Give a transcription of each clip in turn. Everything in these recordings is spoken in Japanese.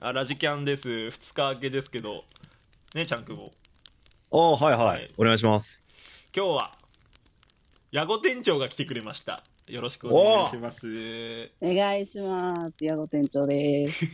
あラジキャンです2日明けですけどねちゃんくんもああー、はいははいい。お願いします。今日は矢後店長が来てくれましたよろしくお願いしますお願いします。矢後店長です。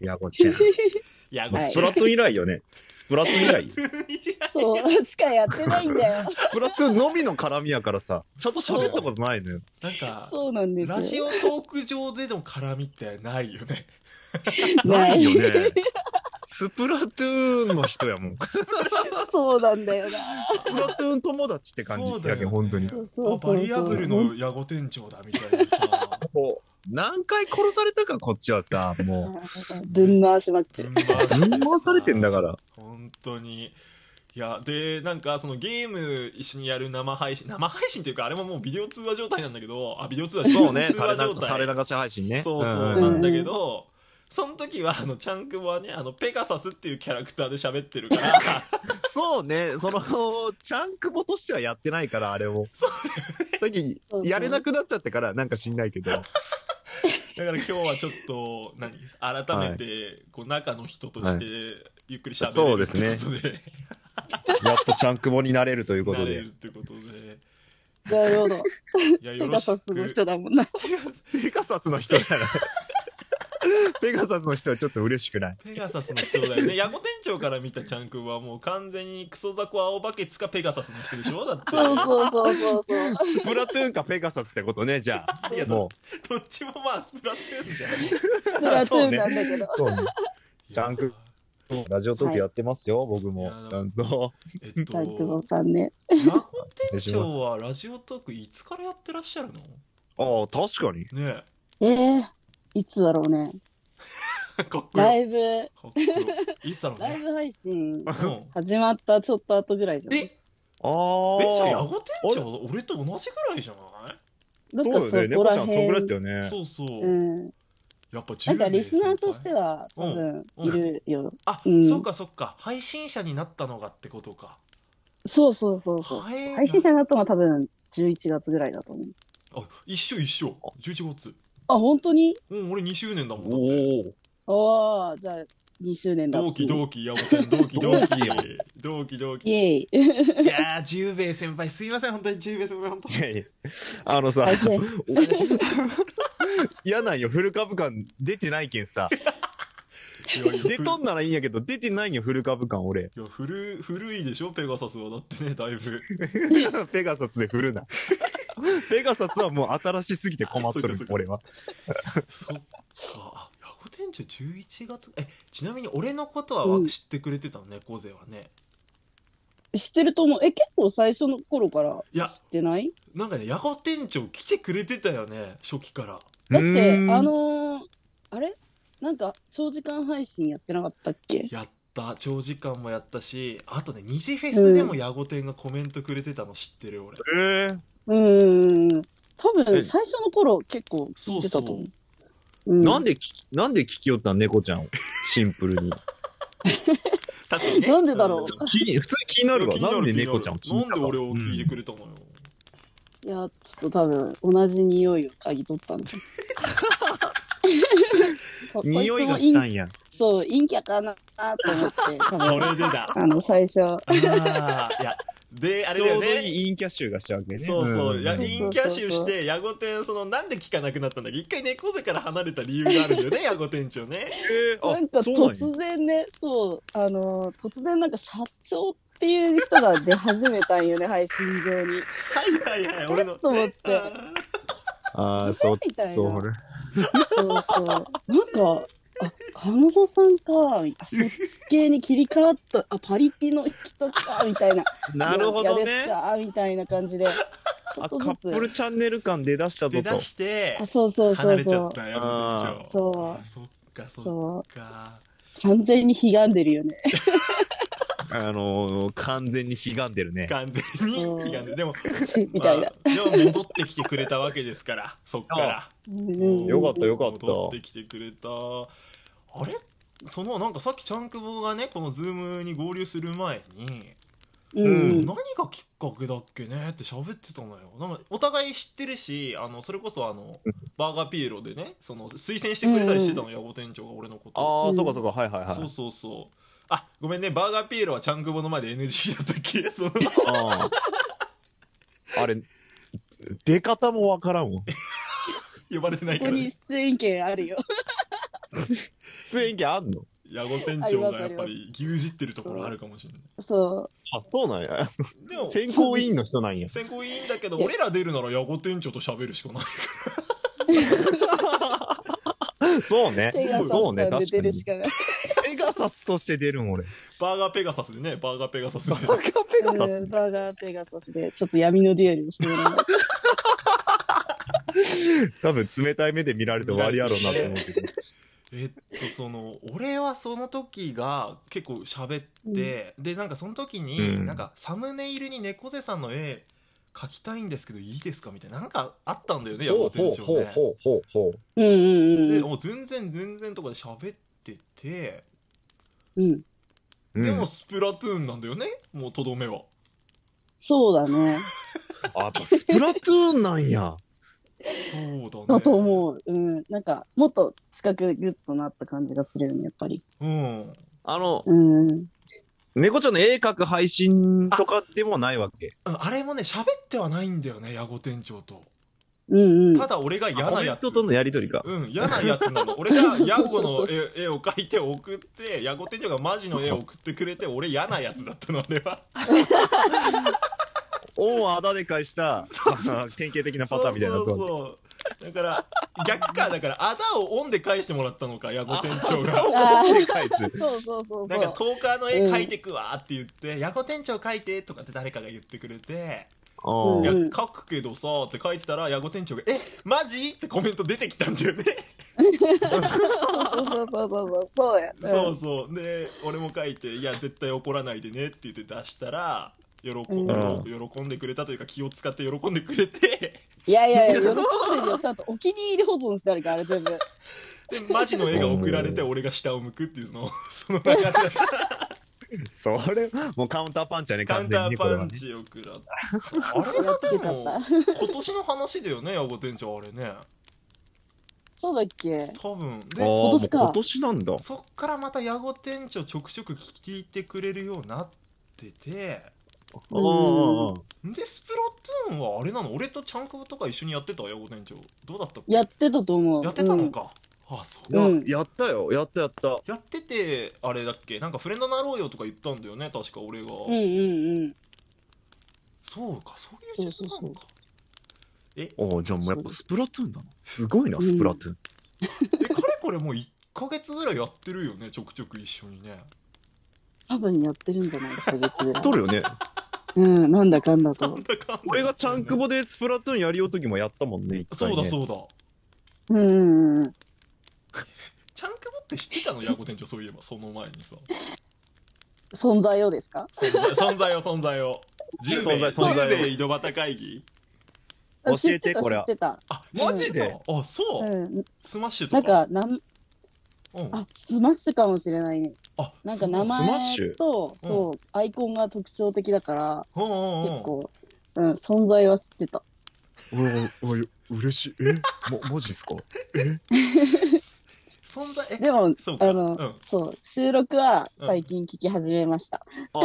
いや、こっ ちや。矢後もうはいスプラトゥーン以来よね。スプラトゥーン以来。スそう、しかやってないんだよ。プラトゥーンのみの絡みやからさ、ちょっと喋ったことないのよ。なんかそうなんですよ。ラジオトーク上での絡みってないよねないよないね。スプラトゥーンの人やもん。ス そうなんだよな。プラトゥーン友達って感そうじだよやねけん、本当に。そうそうそうそうあバリアブルの矢後店長だみたいな さこう何回殺されたか、こっちはさ、もぶん回しまくってる。ぶん回してう。さぶん回されてんだから。本当にいやでなんかそのゲーム一緒にやる生配信生配信っていうかあれももうビデオ通話状態なんだけどあビデオ通話そう通ね、垂れ話状流態垂れ流し配信ね。そうそううんなんだけど、その時はあのチャンクボはねあのペガサスっていうキャラクターで喋ってるからそうね、その、チャンクボとしてはやってないから、あれを。そうだ時そうそうやれなくなっちゃってから、なんか知んないけど。だから今日はちょっと何改めてこう中の人としてゆっくり喋それうるでってすこねとでやっとチャンクボになれるということなれでるっ。てことでなるほど。いやよ手ろしがすごい人くだもんな。ペガサスの人じゃない。 ペガサスの人はちょっと嬉しくない。ペガサスの人だよね矢後店長から見たチャンクボはもう完全にクソザコ青バケツかペガサスの人でしょだってそうそうそうそうそう。スプラトゥーンかペガサスってことね、じゃあ。いやもどっちもまあスプラトゥーンじゃんスプラトゥーンなんだけど。う、そうね。チャンクラジオトークやってますよ、僕いもや。ちゃんと。えっちゃんくとぼさんね。矢後店長はラジオトークいつからやってらっしゃるのああ、確かに。ねええいつだろうね。え、かっこラいい。イブ、かっこいい。いいっすだろうライね。ブ配信うん始まったちょっと後ぐらいじゃえ、ないえ、あじゃあ、矢あ。後店長、俺と同じぐらいじゃないなんかそうそだよね、こ猫ちゃらん、そんぐらいだっ辺た。よね。そうそう。うん。やっぱな10んかリスナーとしては。は多分いるよ。あ、うんそっかそっか。配信者になったのがってことか。そうそうそうそう。はい配信者になったのは多分11月ぐらいだと思う。あ、一緒一緒。11月。あ、本当にうん、俺2周年だもん。だっておお。ああ、じゃあ2周年だ同期同期、矢後店同期 同期。同期同期。イエイ。いやー、十兵衛先輩、すいません、本当に十兵衛先輩、本当いやいやあのさ大、成。 嫌なんよ、フル株感出てないけんさ。に。出とんならいいんやけど、出てないんよ、フル株感、い俺。や、古、古いでしょ、ペガサスは。だってね、だいぶ。 ペガサスで振るな。ペガサスはもう新しすぎて困っとあそうるかそう、か俺は。そっか。あ、ヤゴ店長11月。え、ちなみに俺のことはうん知ってくれてたの、猫背はね。知ってると思う。え、結構最初の頃からいや知ってないなんかね、ヤゴ店長来てくれてたよね、初期から。だって、うーんあのー、あれなんか長時間配信やってなかったっけやった、長時間もやったし、あとね、二次フェスでもヤゴ店がコメントくれてたの知ってる、俺。えーうーん。多え分最初の頃結構聞いてたと思う。そううん、なんで聞き、なんで聞きよったん猫ちゃんを。シンプルに。確かにねなんでだろ う気に普通気になるわ。気にななんで気にる猫ちゃんを聞いなんたでか俺を聞いてくれたのよ。いや、ちょっと多分同じ匂いを嗅ぎ取った んじゃん。こうん匂いがしたこいんつも陰や。そう、陰キャかな と思って、多そ分れでだ。あの、最初、ああ、いや、で、あちれょだようどね。いい陰キャ集がしちゃうわけね。そうそう、んや、んインキャッシュして、ヤゴ店、その、なんで聞かなくなったんだっけ一回猫背から離れた理由があるんだよ ね、ヤゴ店長ね。えーあなんかそうなんや突然ね、そう、あの、突然なんか社長っていう人が出始めたんよね、配信上に。はいはいはい、俺の。えっと思ってあああ、そうみたい、なそうね。そうそう。なんか、あ、彼女さんか、みたいな。そっち系に切り替わった、あ、パリピの人か、みたいな。なるほ陽キどャですね。か、みたいな感じで。ちょあ、カっとずップルつ。チャンネル感出だしたー出ぞだと。してあ、、そうそうそ離うれちゃそった、ヤゴ店長。そうあそっか、う。そそっか。う。完全に悲んでるよね。あのー、完全に悲願でるね。完全に、うん悲願で。でも、ちみまたあいな。、でも戻ってきてくれたわけですから、そっから。うんよかったよかった戻ってきてくれた。あれその、なんかさっきチャンクボがね、このズームに合流する前に、うんううん何がきっかけだっけねって喋ってたのよなんかお互い知ってるしあのそれこそあのバーガーピエロでねその推薦してくれたりしてたの、ヤゴ店長が俺のことあうあ、んそうかそうか、はいはいはいそう。そうそうあごめんねバーガーピエロはちゃんくぼの前で NG だったっ けそのあーあれ、出方もわからんもん。呼ばれてないこかこら、にね、出演権あるよ。出演権あんのヤゴ店長がやあっりぱますり牛耳ってるところあるかもしれない そあ、そうなんや。でも選考委員の人なんや。選考委員だけど俺ら出るならヤゴ店長と喋るしか ないそうねう。。ペガサそスさうんね、で確か出にる。しかない。ペガサスとして出るもん、俺。バーガーペガサスでねバーガーペガサスでバカペガサス。うんバーガーペガサスで、ちょっと闇のデュエルをして もらう。多分冷たい目で見られて終わりやろうなって思うけど。えっとその俺はその時が結構喋って、でなんかその時に、うんなんかサムネイルに猫背さんの絵描きたいんですけどいいですかみたいななんかあったんだよねヤほゴうほ店う長ほうね。ほうほうほう。うんうんでうんもう全然全然とかで喋ってて、うん。うんでもスプラトゥーンなんだよねもうとどめはそうだね。あやっぱスプラトゥーンなんや。そうだねだと思う。うん。なんか、もっと近くグッとなった感じがするよね、やっぱり。ううんあの、うん。猫ちゃんの絵描く配信とかでもないわけ。あれもね喋ってはないんだよねヤゴ店長とうんうんた。だ俺が嫌コなメやンつトとのやりとりか。うん、嫌なやつなの。俺がヤゴの絵絵を描いて送って、ヤゴ店長がマジの絵を送ってくれて、俺嫌なやつだったの、あれは。恩をあだで返した、そうそう典型的なパターンみたいなそとうそうそう。だから、逆か、だから、あざをオンで返してもらったのか、ヤゴ店長が。あ恩で返す。そうそうそうなそんうか、。トーカーの絵描いてくわーって言って、ヤゴ店長描いてとかって誰かが言ってくれて、うんいや、うん描くけどさーって書いてたら、ヤゴ店長が、え、マジってコメント出てきたんだよね。そうそうそうそう。そうや。んそうそうで俺も書いて「いや絶対怒らないでね」って言って出したら喜,、ん喜んでくれたというか気を使って喜んでくれていやいやいや、喜んでるよ。ちゃんとお気に入り保存してあるから、あれ全部。でマジの絵が送られて俺が下を向くっていうそ のその流れだったそれ、もうカウンターパンチやね、カウ完ン全タにーねこパれはンね。チを食らったあれやはっつけでちゃっも た。今年の話だよねヤゴ店長あれねそうだっけ多分あーでもう今年か今年なんだ。そっからまたヤゴ店長ちょくちょく聞いてくれるようになっててうんうんうんでスプラトゥーンはあれなの俺とちゃんことか一緒にやってたヤゴ店長どうだったっけやってたと思う。やってたのか、あそういやうんやったよ、やったやった。やっててあれだっけなんかフレンドなろうよとか言ったんだよね確か俺が、うん。うんうんうん。そうかそういう時代なのかおじゃあもうやっぱスプラトゥーンだな。すごいな、スプラトゥーン。えかれこれもう1ヶ月ぐらいやってるよねちょくちょく一緒に ね多分やってるんじゃないか、月ぐらい撮るよね。うん、なんだかんだなとん。だかんだ俺がちゃんくぼでスプラトゥーンやりようときもやったもんね、一回そねうだそうだうんうんうん。ちゃんくぼって知ってたのヤゴ店長そういえばその前にさ存在をですか存在を存在を10名存在存在を10名井戸端会議教えて知ってたこれ知はってた。あマ知っジでてたあそう、うん。スマッシュとなんかか、なん、うんあ、スマッシュかもしれないね。あなんかな名スマッシ前ュと、そう、アイコンが特徴的だから、うんうん結うん構、うん、存在は知ってた。おいおい、嬉しい。え、ま、マジっすか存在えでも、そうかあうの、んそう、収録は最近聞き始めました。あ、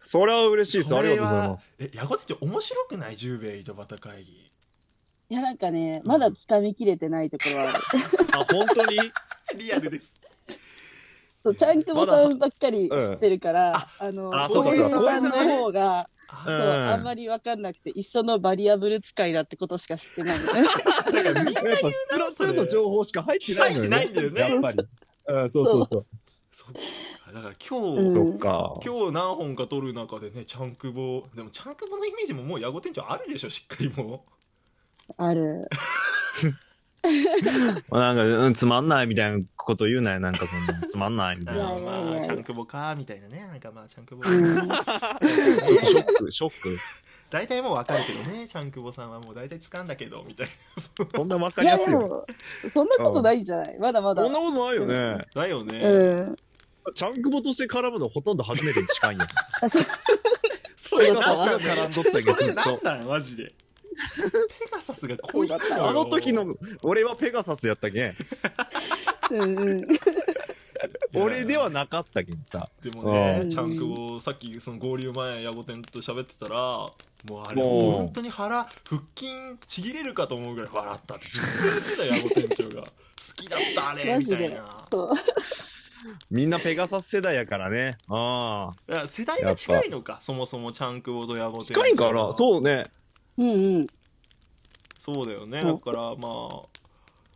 それは嬉しいです。ありがとうございます。す。え、ヤゴテって面白くない十兵衛井戸端会議。いや、なんかね、まだ掴みきれてないところはある。あ、本当にリアルです。 そう、ちゃんくぼさんばっかりまだ知ってるから、ああの、そうか小遊三さんそのうか方が、うそんう、あんまりわかんなくて、一緒のバリアブル使いだってことしか知ってない。 やっぱスプラトゥーンの情報しか入ってないのよ、ね。入ってないんだよねやっぱり。うん、そうそうそう。そっかだから今日、うんそっか。今日何本か撮る中でね、チャンクボ、でもチャンクボのイメージももうヤゴ店長あるでしょ、しっかりもある。なんか、うん、つまんないみたいなこと言うなよ。なんか その、つまんないみう。たいいな。やいやいやまあ、チャンクボか、みたいなね。なんかまあ、チャンクボ。うん。ショック、ショック。大体もうわかるけどね、チャンクボさんはもう大体掴んだけど、みたいな。そうそんなわかいりや、やですいよね。も、そんなことないんじゃないまだまだ。そんなことないよね。 だよね。うん。ちゃんくぼとして絡むのほとんど初めてに近いよ。あそうそうだったわ。絡んどっそれなんなんマ ジでペガサスがこういうあの時の俺はペガサスやったけんうんうん。俺ではなかったけんさでもねう、んちゃんこさっきその合流前、ヤゴテンと喋ってたら、もうあれ、もう本当に腹、腹筋ちぎれるかと思うぐらい笑ったってずっと言ってた、ヤゴテン長が。好きだった、あれ、マみジたいでな。。そう。みんなペガサス世代やからねああいや世代が近いのか、そもそもチャンクボとヤゴテン。う。うねうんうん。そうだよね。うんだから、まあ、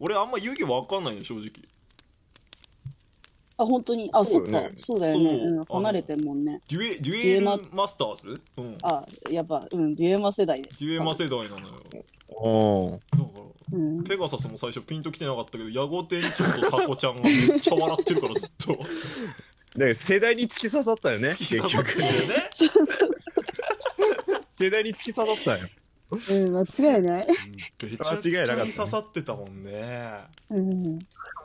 俺あんま遊戯わかんないね、正直。あ、本当に。あ、そそうっだよかね。そうだよね。そううん離れてんもんね。デュエ、デュデュエエマルマスターズうん。デあ、やっぱ、うん、デュエマ世代で。ュエマ世代なのよ。うんだから、うん。ペガサスも最初ピンときてなかったけど、ヤゴ店長とサコちゃんがめっちゃ笑ってるからずっと。で世代に突き刺さったよね好き結さばっか局りだよ ね。そうそう世代に突き刺さったよそう。うん、間違いない。めちゃくち間違いゃなかったにね刺さってたもんね。うん。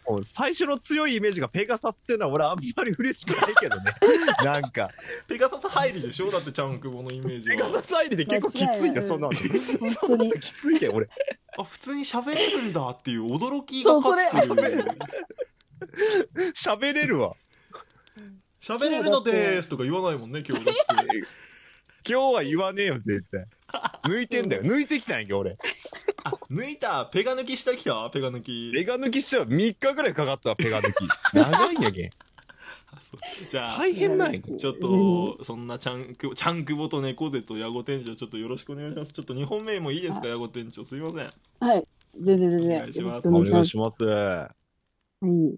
もう最初の強いイメージがペガサスってのは俺あんまり嬉しくないけど ねなんかペガサス入りでしょだってチャンクボのイメージペガはサ。ス入りで結構きつい間違いねない そんなの本当に。きついね俺あ、普通に喋れるんだっていう驚きが勝つという。喋れるわ喋れるのですとか言わないもんね、今日だって。今日は言わねえよ絶対抜いてんだよ抜いてきたんやけど俺あ、抜いた。ペガ抜きしたきたペガ抜き。ペガ抜きしては3日ぐらいかかったわペガ抜き長いんやけんあそうじゃあ、大変なんやけんちょっと、そんなチャンク、チャンクボと猫背とヤゴ店長、ちょっとよろしくお願いします。ちょっと日本名もいいですか、ヤゴ店長。すいません。はい。全然全お願いし然。ますよろしおくお願いし願まいす。しますうん。